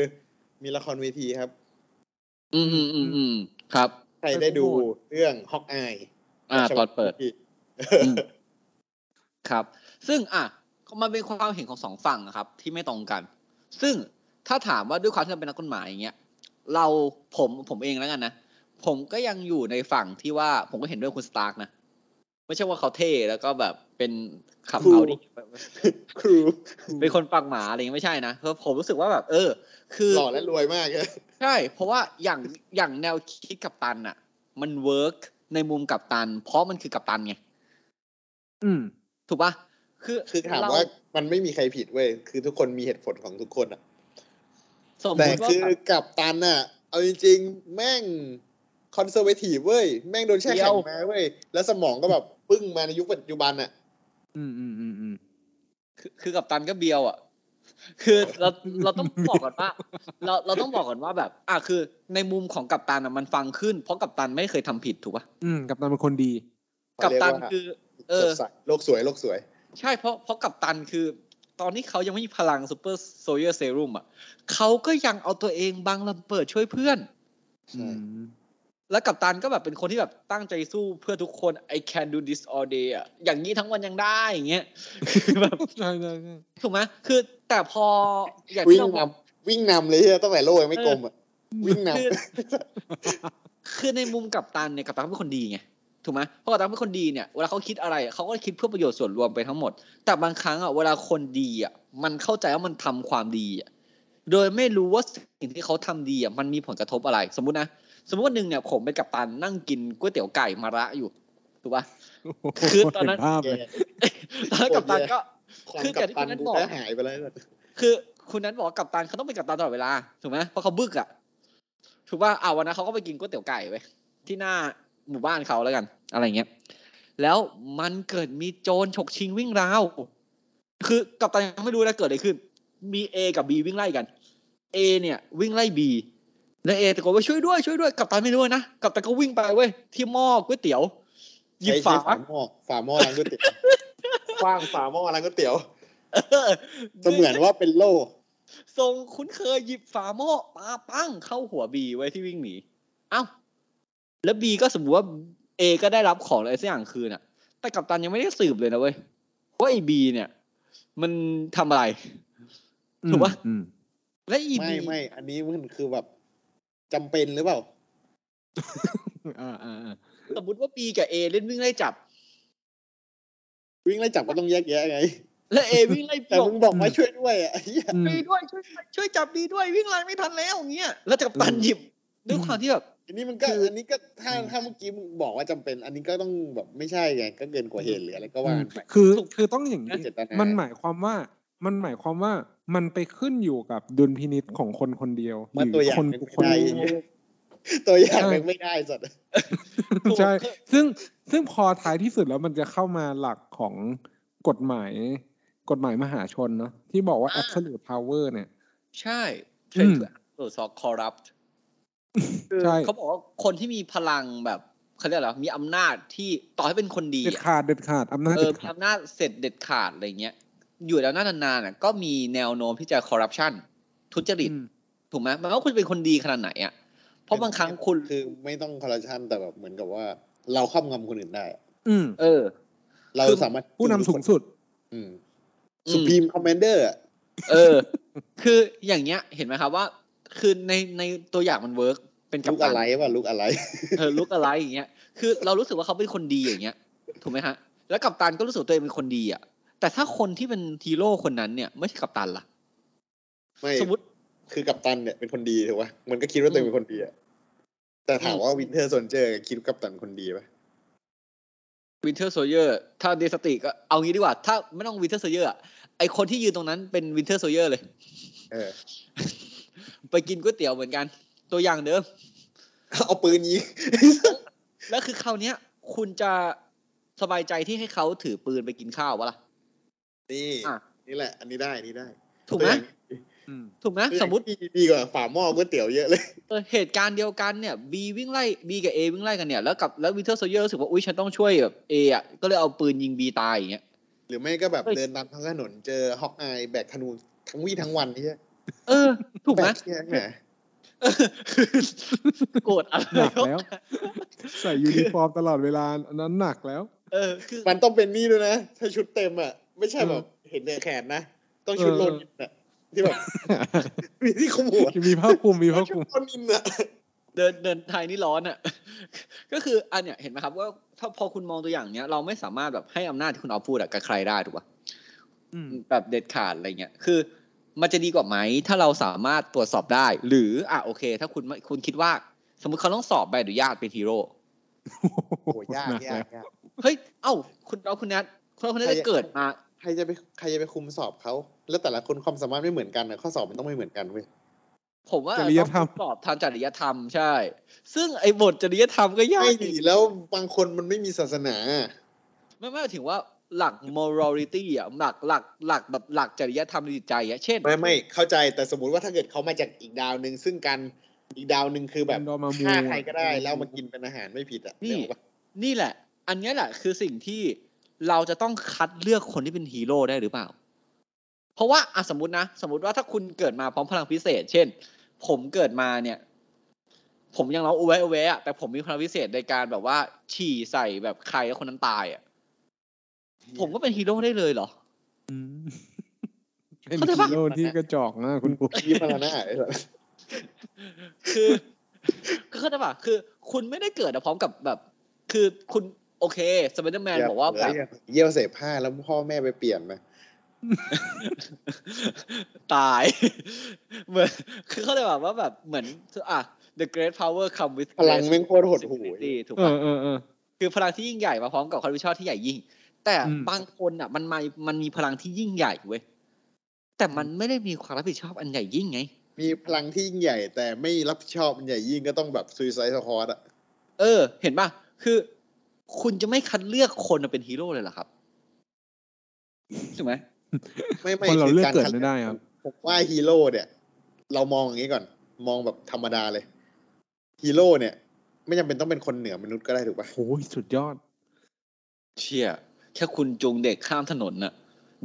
มีละครเวทีครับ อืมอืมอืมอืมครับ ใครได้ดูเรื่องฮอกอาย อ่า ตอนเปิด อืม ครับ ซึ่งอ่ะมันเป็นความเห็นของสองฝั่งนะครับ ที่ไม่ตรงกัน ซึ่งถ้าถามว่าด้วยความที่เราเป็นนักกฎหมายอย่างเงี้ยเราผมผมเองแล้วกันนะ ผมก็ยังอยู่ในฝั่งที่ว่าผมก็เห็นด้วยคุณสตาร์กนะ ไม่ใช่ว่าเขาเท่แล้วก็แบบเป็นขับเอาดิ ครู เป็นคนปากหมาอะไรอย่างเงี้ยไม่ใช่นะเพราะผมรู้สึกว่าแบบ เออ คือ หล่อและรวยมากเลย ใช่ เพราะว่าอย่างอย่างแนวคิดกับตันอะมันเวิร์กในมุมกับตัน เพราะมันคือกับตันไง อืม ถูกปะคือ คือถาม เร ว่ามันไม่มีใครผิดเว้ยคือทุกคนมีเหตุผลของทุกคนอะ สมม แต่ ติว่า คือกับตันอะเอาจริงๆ แม่งคอนเซอร์เวทีฟเว้ย แม่งโดนแช่แข็งมาเว้ย แล้วสมองก็แบบปึ้งมาในยุคปัจจุบันอะ อืมอืมอืมอืม คือคือกับตันก็เบียวอะคือเราเราต้องบอกก่อนว่า <laughs> เราเราต้องบอกก่อนว่าแบบ อ่ะคือ ในมุมของกับตันอะมันฟังขึ้น เพราะกับตันไม่เคยทำผิดถูกปะ อืม กับตันเป็นคนดี กัปตัน เขาคืเรียว่าอ เออ สดใสโลกสวยโลกสวย ใช่เพราะเพราะกัปตันคือ ตอนนี้เขายังไม่มีพลังซูเปอร์โซเยอร์เซรุ่มอ่ะเขาก็ยังเอาตัวเองบังระเบิดช่วยเพื่อน ใช่ แล้วกัปตันก็แบบเป็นคนที่แบบตั้งใจสู้เพื่อทุกคน I can do this all day อ่ะอย่างนี้ทั้งวันยังได้อย่างเงี้ยคือแบบ ใช่ใช่ใช่ ถูกไหมคือแต่พออย่าง วิ่ ที่ ง เรา นำวิ่งนำเลยเฮียตั้งแต่โลกยังไม่กลมอ่ะวิ่งน คือคือในมุมกัปตันเนี่ยกัปตันเขาเป็นคนดีไงถูกไหมเพราะกัปตันเป็นคนดีเนี่ยเวลาเขาคิดอะไรเขาก็คิดเพื่อประโยชน์ส่วนรวมไปทั้งหมด แต่บางครั้งอ่ะเวลาคนดีอ่ะมันเข้าใจว่ามันทำความดีอ่ะโดยไม่รู้ว่าสิ่งที่เขาทำดีอ่ะมันมีผลกระทบอะไร สมมุตินะสมมติว่าหนึ่งเนี่ยผมเป็นกัปตันนั่งกินก๋วยเตี๋ยวไก่มาระอยู่ถูกปะ คือตอนนั้น เห็ภาพเลย ำ แล้วกัปตันก็ ความ คือ กั แต่ บ ที่ ตั คุ น ณนั้น ดู บอก แลหายไปแล้ว คือคุณนั้นบอกว่ากัปตันเขาต้องเป็นกัปตันตลอดเวลาถูกไหมเพราะเขาบึกอะถูกป่ะอ่าวันนั้นเขาก็ไปกินก๋วยเตี๋ยวไก่ไปที่หน้าหมู่บ้านเขาแล้วกัน อะไรเงี้ยแล้วมันเกิดมีโจรฉกชิงวิ่งราวคือกัปตันยังไม่รู้นะเกิดอะไรขึ้น มี A กับ B วิ่งไล่กัน A เนี่ย วิ่งไล่ B และ A ตะโกนว่าช่วยด้วยช่วยด้วยกัปตันไม่รู้นะกัปตันก็วิ่งไปเว้ยที่หม้อก๋วยเตี๋ยวหยิบ ใช้ ฝา ใช้ฝาหม้อฝาหม้อร้านก๋วยเตี๋ยวกว้างฝาหม้อร้านก๋วยเตี๋ยว เออ เสมือนว่าเป็นโล่ ทรงคุ้นเคยหยิบฝาหม้อปาปั้งเข้าหัวบีไว้ที่วิ่งหนี เอ้า แล้วบีก็สมมติว่าเอก็ได้รับของอะไรสักอย่างคืนอ่ะ แต่กัปตันยังไม่ได้สืบเลยนะเว้ยว่าไอบีเนี่ย มันทำอะไร ถูกปะ อืม และอี ไม่ บี ไม่อันนี้มันคือแบบจำเป็นหรือเปล่า อืมอ่าอ่าอ่า สมมติว่าบีกับเอเล่นวิ่งไล่จับ วิ่งไล่จับก็ต้องแยกแยะไง และเอวิ่งไล่บี <laughs> แต่มึงบอกว่าช่วยด้วยอ่ะเหี้ย อืม บีด้วยช่วยช่วยจับบีด้วยวิ่งไล่ไม่ทันแล้วอย่างเงี้ยแล้วกัปตันหยิบด้วยความที่แบบ อันนี้มันก็ คือ อันนี้ก็ถ้าถ้าเมื่อกี้มึงบอกว่าจำเป็น อันนี้ก็ต้องแบบไม่ใช่ไงก็เกินกว่าเหตุหรืออะไรก็ว่ากันไป คือคือต้องอย่าง น่า นี้ เจตนา มันหมายความว่ามันหมายความว่ามันไปขึ้นอยู่กับดุลพินิษของคนคนเดียว มาตัวอย่าง คน เป็น บุคคลไม่ได้ไอ้เหี้ย <laughs> ตัวอย่าง ใช่ เป็นไม่ได้สัตว์ ใช่ ซึ่งซึ่งพอท้ายที่สุดแล้วมันจะเข้ามาหลักของกฎหมาย กฎหมายมหาชนเนาะที่บอกว่า อ่า absolute power เนี่ย ใช่ อืม ตรวจสอบคอร์รัปต์ ใช่ เขาบอกว่าคนที่มีพลังแบบเขาเรียกอะไรวะมีอำนาจที่ต่อให้เป็นคนดี เด็ด อะ ขาดเด็ดขาดอำนาจ เอ เด็ อ ด มี ขาด อำนาจเสร็จเด็ดขาดอะไรเงี้ย อยู่แล้วนาจนานๆน่ะก็มีแนวโน้มที่จะคอร์รัปชันทุจริต อืม ถูกไหมมันว่าคุณเป็นคนดีขนาดไหนอ่ะ เพราะบางครั้งคุณ คือไม่ต้องคอร์รัปชันแต่แบบเหมือนกับว่า เราครอบงำคนอื่นได้อะ อืม เออ เรา คือ สามารถ ผู้นำสูงสุด อืม อืม สุพีมคอมมานเดอร์ เออ คืออย่างเงี้ย เห็นไหมครับว่า คือในในตัวอย่างมันเวิร์กเป็นกั ลู บ กอะไรป่ะลูกอะไร เออลุกอะไรอย่างเงี้ย คือเรารู้สึกว่าเขาเป็นคนดีอย่างเงี้ย ถูกไหมฮะ แล้วกัปตันก็รู้สึกตัวเองเป็นคนดีอ่ะ แต่ถ้าคนที่เป็นฮีโร่คนนั้นเนี่ย ไม่ใช่กัปตันล่ะ ไม่ สมมติ คือกัปตันเนี่ยเป็นคนดีถูกป่ะมันก็คิดว่าตัวเองเป็นคนดีอะแต่ถามว่าวินเทอร์โซนเจอร์คิดว่ากัปตันคนดีป่ะ วินเทอร์โซเยอร์ถ้าเดสติก็เอางี้ดีกว่า ถ้าไม่ต้องวินเทอร์โซเยอร์ไอคนที่ยืนตรงนั้นเป็นวินเทอร์โซเยอร์เลย เออ ไปกินก๋วยเตี๋ยวเหมือนกัน ตัวอย่างเดิม เอาปืนยิง แล้วคือคราวเนี้ย คุณจะสบายใจที่ให้เขาถือปืนไปกินข้าววะล่ะ นี่ อ่ะ นี่แหละ อันนี้ได้อันนี้ได้ ถูกไหม อืม ถูกไหม ตัวอย่าง สมมติ ตัวอย่างดีกว่าฝาหม้อก๋วยเตี๋ยวเยอะเลย เออเหตุการณ์เดียวกันเนี่ยบีวิ่งไล่บีกับเอวิ่งไล่กันเนี่ยแล้วกับแล้ววินเทอร์โซเยอร์รู้สึกว่าอุ้ยฉันต้องช่วยแบบเออ่ะก็เลยเอาปืนยิงบีตายอย่างเงี้ย หรือไม่ก็แบบ เฮ้ย เดินตามท้องถนนเจอฮอกอายแบกธนูทั้งวี่ทั้งวันที่ เออ ถูก แบ ไหม กเที่ยงเนี่ย เออคือโกรธอะไร หนักแล้ว ใส่ยูนิฟอร์มตลอดเวลาอันนั้นหนักแล้ว เออคือ มันต้องเป็นนี่ด้วยนะ ถ้าชุดเต็มอ่ะ ไม่ใช่ เออ แบบเห็นแต่แขนนะ ต้องชุด เออ โลนินอ่ะที่แบบ มีที่ขมวด มีผ้าคลุมมีผ้าค ชุ ลุ ด ม โลนินอ่ะ เดินเดินไทยนี่ร้อนอ่ะ <laughs> ก็คืออันเนี้ยเห็นไหมครับว่าถ้าพอคุณมองตัวอย่างเนี้ย เราไม่สามารถแบบให้อำนาจที่คุณเอาพูดอะกับใครได้ถูกปะ อืม แบบเด็ดขาดอะไรเงี้ยคือ มันจะดีกว่าไหมถ้าเราสามารถตรวจสอบได้ หรืออ่ะโอเค ถ้าคุณไม่คุณคิดว่า สมมติเขาต้องสอบใบอนุญาตเป็นฮีโร่ โอ้โหยากยากยาก เฮ้ยเอ้า คุณเอาคุณนัทคุณเอาคุณนัท ใคร จะเกิดมา ใครจะไปใครจะไปคุมสอบเขาแล้วแต่ละคนความสามารถไม่เหมือนกันนะข้อสอบมันต้องไม่เหมือนกันเว้ย ผมว่า จริยธรรม ต้องสอบทางจริยธรรมใช่ ซึ่งไอ้บทจริยธรรมก็ยาก ไม่ อี ดี ก แล้วบางคนมันไม่มีศาสนา ไม่ไม่ถึงว่าหลัก morality อ่ะหลักหลักหลักแบบหลักจริยธรรมในจิตใจอ่ะเช่น ไม่ไม่เข้าใจแต่สมมุติว่าถ้าเกิดเขามาจากอีกดาวหนึ่งซึ่งกันอีกดาวหนึ่งคือแบบ เป็นดอร์มาม ฆ่าใคร อะ ก็ได้ แล้วเอามากินเป็นอาหารไม่ผิดอ่ะ นี่ เดี๋ยวว่า นี่แหละ อันเนี้ยแหละคือสิ่งที่เราจะต้องคัดเลือกคนที่เป็นฮีโร่ได้หรือเปล่า เพราะว่าอ่ะสมมตินะ สมมติว่าถ้าคุณเกิดมาพร้อมพลังพิเศษ เช่น ผมเกิดมาเนี่ย ผมยังร้องอุเวะอุเวะอะแต่ผมมีพลังพิเศษในการแบบว่า ฉี่ใส่แบบใครแล้วคนนั้นตายอ่ะ ผมก็เป็นฮีโร่ได้เลยเหรอ เป็น เข้าใจ ฮี ปะ โร่ที่กระจอกมากคุณปุ๊ก มีพลานะไอ้สัส คือ <laughs> คือเข้าใจป่ะคือ คุณไม่ได้เกิดมาพร้อมกับแบบ คือคุณโอเคสไปเดอร์แมนบอกว่าแบบ ย่าเยี่ยวเสพผ้าแล้วพ่อแม่ไปเปลี่ยนนะ ตาย <laughs> เหมือนคือเขาเลยแบบว่าแบบเหมือนอ่ะ the great power come with พลัง great แม่งโคตรหดหู่ responsibility ถูก เอ ปะ อเออเออ คือพลังที่ยิ่งใหญ่มาพร้อมกับความรับผิดชอบที่ใหญ่ยิ่ง แต่ อืม บางคนอ่ะ มันมามันมีพลังที่ยิ่งใหญ่เว้ยแต่มันไม่ได้มีความรับผิดชอบอันใหญ่ยิ่งไง มีพลังที่ยิ่งใหญ่แต่ไม่รับผิดชอบมันใหญ่ยิ่งก็ต้องแบบซูซายสคอร์ดอะ เออ เห็นป่ะ คือคุณจะไม่คัดเลือกคนมาเป็นฮีโร่เลยเหรอครับถูกไหม ไม่ไม่ คนเราเลือก คื เกิดไม่ได้ครับ ผมว่าฮีโร่เนี่ย เรามองอย่างนี้ก่อน มองแบบธรรมดาเลยฮีโร่เนี่ย ไม่จำเป็นต้องเป็นคนเหนือมนุษย์ก็ได้ถูกปะ โอ้ยสุดยอด เชี่ยแค่คุณจูงเด็กข้ามถนนน่ะ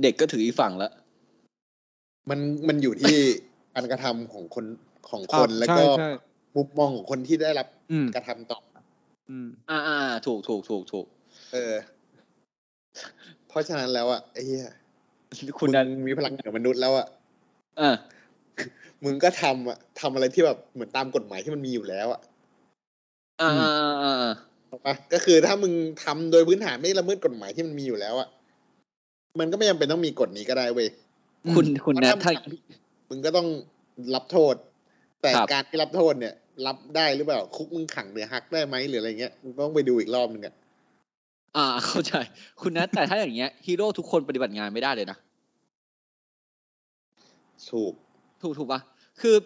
เด็กก็ถืออีกฝั่งแล้ว มันมันอยู่ <coughs> ที่ การกระทำของคนของคน อ่ะ แล้วก็ ใช่ใช่ มุมมองของคนที่ได้รับ อืม กระทำต่อ อืม อ่าอ่าอ่าถูกถูกถูกถูก เออ เพราะฉะนั้นแล้วอะไอ้เหี้ย คุณ มึ ดัน งมีพลังเหนือมนุษย์แล้วอะ เออ มึงก็ทำอะทำอะไรที่แบบเหมือนตามกฎหมายที่มันมีอยู่แล้วอะ อ่าอ่าอ่าอ่า ปะก็คือถ้ามึงทำโดยพื้นฐานไม่ละเมิดกฎหมายที่มันมีอยู่แล้วอ่ะมันก็ไม่จำเป็นต้องมีกฎนี้ก็ได้เว้ย คุณคุณ เพราะ นะ ถ้า ถ้า มึงทำผิดมึงก็ต้องรับโทษ แต่ ครับ การที่รับโทษเนี่ย รับได้หรือเปล่า คุกมึงขังหรือหักได้ไหมหรืออะไรเงี้ยมึงต้องไปดูอีกรอบหนึ่งอ่ะ อ่า เข้าใจ คุณนะแต่ถ้าอย่างเงี้ยฮีโร่ทุกคนปฏิบัติงานไม่ได้เลยนะ ถูก ถูกถูกปะคือ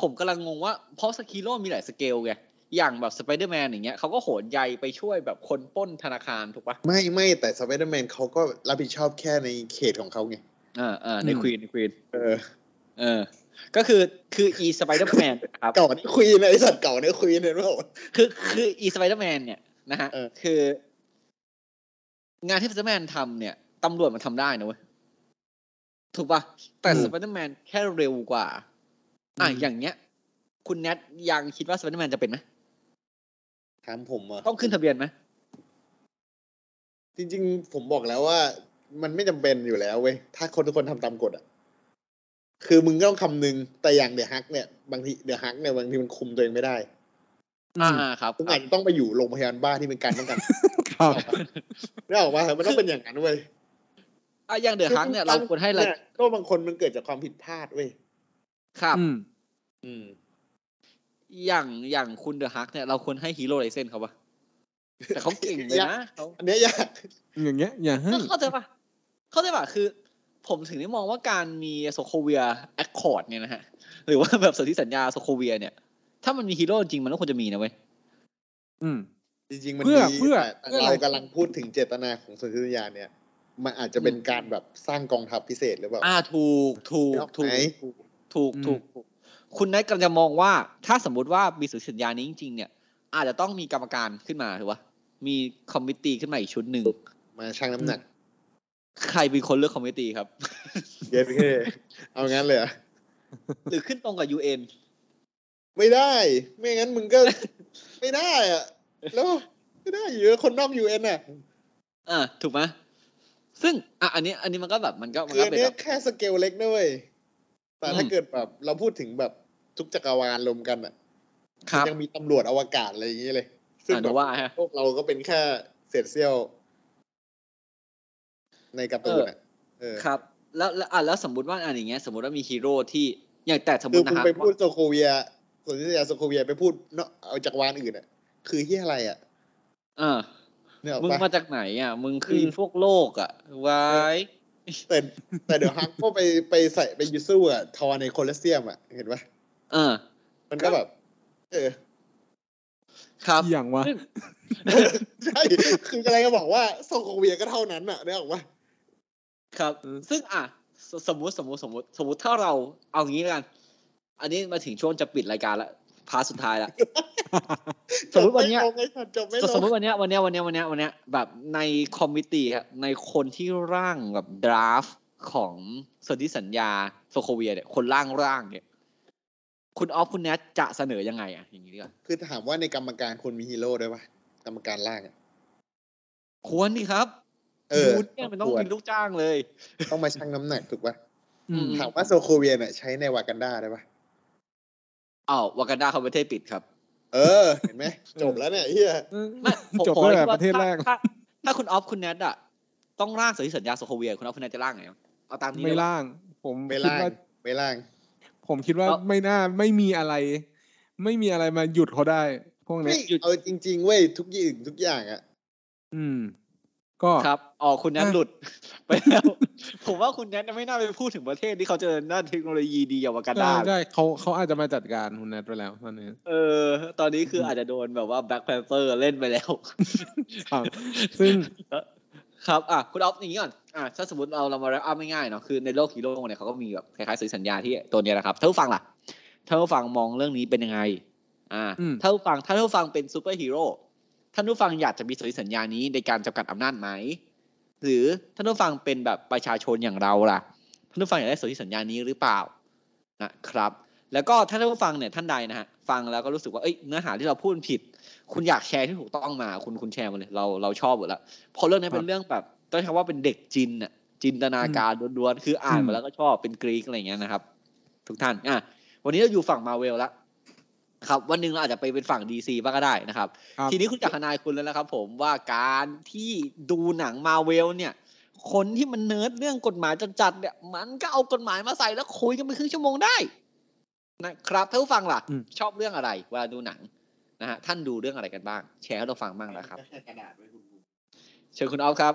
ผมกำลังงงว่า เพราะสกีโร่มีหลายสเกลไง อย่างแบบสไปเดอร์แมนอย่างเงี้ยเขาก็โหนใยไปช่วยแบบคนปล้นธนาคารถูกปะ ไม่ไม่แต่สไปเดอร์แมนเขาก็รับผิดชอบแค่ในเขตของเขาไง อ่าอ่าในควีนในควีน เออ เออ ก็คือคืออีสไปเดอร์แมนครับ เก่านี่คุยนะไอ <laughs> สัตว์เก่านี่คุยเห็นเปล่า คือคืออีสไปเดอร์แมนเนี่ยนะฮะ เออ คือ งานที่สไปเดอร์แมนทำเนี่ยตำรวจมันทำได้นะเว้ยถูกปะแต่ อืม สไปเดอร์แมนแค่เร็วกว่า อ่ะอย่างเงี้ย คุณแนทยังคิดว่าสไปเดอร์แมนจะเป็นไหม ถามผมอ่ะ ต้องขึ้นทะเบียนไหม จริงๆ ผมบอกแล้วว่ามันไม่จำเป็นอยู่แล้วเว้ย ถ้าคนทุกคนทำตามกฎอ่ะ คือมึงก็ต้องคำนึง แต่อย่างเดอะฮักเนี่ยบางทีเดอะฮักเนี่ยบางทีมันคุมตัวเองไม่ได้ อ่าอ่าครับ มึงอาจจะต้องไปอยู่โรงพยาบาลบ้าที่เป็นการป้องกัน ครับ ได้ออกว่ามันต้องเป็นอย่างนั้นเว้ย อ่ะอย่างเดอะฮักเนี่ยเราควรให้อะไร นี่ยก็บางคนมันเกิดจากความผิดพลาดเว้ย ครับ อืม อืม อย่างอย่างคุณเดอะฮักเนี่ยเราควรให้ฮีโร่ไรเซนเขาปะแต่เขาเก่งเลยนะเขา อันเนี้ย <laughs> ยาก อย่างเงี้ย อย่าให้ เข้าใจปะเข้าใจปะคือ ผมถึงได้มองว่าการมีโซโคเวียแอคคอร์ดเนี่ยนะฮะ หรือว่าแบบสนธิสัญญาโซโคเวียเนี่ย ถ้ามันมีฮีโร่จริงมันก็ควรจะมีนะเว้ย อืม จริง ๆ มัน เพื่ ดี อเพื่อ แต่แต่ เพื่ออะไร เรากำลังพูดถึงเจตนาของสนธิสัญญาเนี่ย มันอาจจะเป็นการแบบสร้างกองทัพพิเศษหรือเปล่า อ่าถูกถูกถูก ไหน ถูกถูก อืม ถูกถูกคุณนัทกำลังจะมองว่า ถ้าสมมติว่ามีสนธิสัญญานี้จริง ๆ เนี่ย อาจจะต้องมีกรรมการขึ้นมาถูกปะมีคอมมิตี้ขึ้นมาอีกชุดหนึ่ง มาชั่งน้ำหนัก ใครเป็นคนเลือกคอมมิตี้ครับ เย็ดเค่เอางั้นเลยเหรอ่ะ <laughs> หรือขึ้นตรงกับ UN ไม่ได้ ไม่งั้นมึงก็ <laughs> ไม่ได้อะแล้วไม่ได้อยู่กับคนนอกยูเอ็นอ่ะ อ่าถูกไหมซึ่งอ่ะอันนี้ อันนี้มันก็แบบมันก็มัน คือ ก็ อัน เป็น เนี้ แบ ย บ แค่สเกลเล็กนะเว้ยแต่ถ้า อืม เกิดแบบเราพูดถึงแบบทุกจักรวาลรวมกันอ่ะ ครับ ยังมีตำรวจอวกาศอะไรอย่างเงี้ยเลย ซึ่ง อ่า แบ ดู บ ว่าฮะ พวกเราก็เป็นแค่เศษเสี้ยว ในการ์ตูนอ่ะเออ ครับแล้วแล้วอ่ะแล้วสมมติว่าอันอย่างเงี้ยสมมติว่ามีฮีโร่ที่อย่างแต่สมม คือ ติ มึ นะ ง ครับ ไปพูดโซโคเวียส่วนที่ยาโซโคเวียไปพูดเนาะเอาจักรวาลอื่นอ่ะ คือที่อะไรอ่ะ เออ เนี่ย มึงมาจากไหนอ่ะ มึงคืออพวกโลกอ่ะไว้ แต่แต่เดี๋ยวฮักก็ไปไปใส่ไปยูสู้อ่ะทอในโคลอสเซียมอ่ะเห็นปะ เออ มันก็แบบ เออ ครับ อย่างวะ ใช่ คือกำลังจะบอกว่าโซโคเวียก็เท่านั้นน่ะได้ออกว่า ครับ อืม ซึ่งอ่ะสสมมติสมมติสมมติสมมติถ้าเราเอางี้ละกัน อันนี้มาถึงช่วงจะปิดรายการละ พาร์ทสุดท้ายละ จสมบมุติวันเนี้ย ไลงไอ้สัตว์จบไม่ล สมม ง ติวันเนี้ยวันเนี้ยวันเนี้ยวันเนี้ยวันเนี้ยแบบในคอมมิตี้ครับในคนที่ร่างแบบดราฟของสนธิสัญญาโซโคเวียเนี่ยคนร่างร่างเนี่ย คุณออฟคุณแนทจะเสนอยังไงอะอย่างนี้ดีกว่า คือถามว่าในกรรมการควรมีฮีโร่ด้วยปะกรรมการล่างอะ ควรนี่ครับ เออ ยูเนี่ยมันต้อง ควร เป็นลูกจ้างเลย ต้องมาชั่งน้ำหนักถูกปะ อืม ถามว่าโซโคเวียเนี่ยใช้ในวากันดาได้ปะ อ้าววากันดาเขาประเทศปิดครับ เออ เห็นไหมจบแล้วเนี่ยเฮีย ไม่ผม จบ ผม ตั้งแต่คิดว่า ประเทศแรก ถ้าถ้าถ้าคุณออฟคุณแนทอะต้องร่างสนธิสัญญาโซโคเวีย คุณออฟคุณแนทจะร่างไงวะเอาตามนี้เล ไม่ ย ล่าง ผม ไม่ คิด ล่าง ว่า ไม่ล่าง ผมคิดว่า เอา ไม่น่าไม่มีอะไร ไม่มีอะไรมาหยุดเขาได้ พวก ไม่ เนี้ย เอาจริงๆเว้ยทุกอย่างทุกอย่างอะ อืม ก็ ครับอ๋อคุณแนท อ่ะ หลุด <laughs> ไปแล้ว ผมว่าคุณแนทไม่น่าไปพูดถึงประเทศที่เขาเจอหน้าเทคโนโลยีดีอย่างวากันดา ใช่ใช่เขาเขาอาจจะมาจัดการคุณแนทไปแล้วตอนนี้ เออ ตอนนี้คืออาจจะโดนแบบว่าแบล็กแพนเ h อร์เล่นไปแล้ว ครับ ซึ่ง ครับอ่ะคุณออฟอย่างนี้ก่อนอ่ะถ้าสมมติเราเรามาแรปอัพง่ายๆเนาะคือในโลกฮีโร่เนี่ยเขาก็มีแบบคล้ายๆสื่อสัญญาที่ตัวเนี้ยนะครับท่านผู้ฟังล่ะท่านผู้ฟังมองเรื่องนี้เป็นยังไง อ่า อืม ท่านผู้ฟังถ้าท่านผู้ฟังเป็นซูเปอร์ฮีโร่ท่านผู้ฟังอยากจะมีสื่อสัญญานี้ในการจำกัดอำนาจไหม หรือท่านผู้ฟังเป็นแบบประชาชนอย่างเราล่ะท่านผู้ฟังอยากได้สื่อสัญญานี้หรือเปล่านะครับ แล้วก็ถ้าท่านผู้ฟังเนี่ยท่านใดนะฮะฟังแล้วก็รู้สึกว่าเอ้ยเนื้อหาที่เราพูดมันผิด คุณอยากแชร์ที่ถูกต้องมาคุณคุณแชร์มาเลยเราเราชอบหมดละ เพราะเรื่องนี้ ครับ เป็นเรื่องแบบต้องใช้คำว่าเป็นเด็กจินน่ะจินตนาการล้วนๆคืออ่าน อื มาม แล้วก็ชอบเป็นกรีกอะไรอย่างเงี้ยนะครับ ทุกท่านอ่ะวันนี้เราอยู่ฝั่งมาเวลละครับวันหนึ่งเราอาจจะไปเป็นฝั่งดีซีบ้างก็ได้นะครับ ครับ ทีนี้คุณจากทนายคุณแล้วนะครับ ผมว่าการที่ดูหนังมาเวลเนี่ย คนที่มันเนิร์ดเรื่องกฎหมายจัดๆเนี่ย มันก็เอากฎหมายมาใส่แล้วคุยกันเป็นครึ่งชั่วโมงได้ นะครับท่านผู้ฟังล่ะ อืม ชอบเรื่องอะไรเวลาดูหนังนะฮะท่านดูเรื่องอะไรกันบ้าง แชร์ให้เราฟังบ้างนะครับ กระดาษไว้คุณ เชิญคุณออฟครับ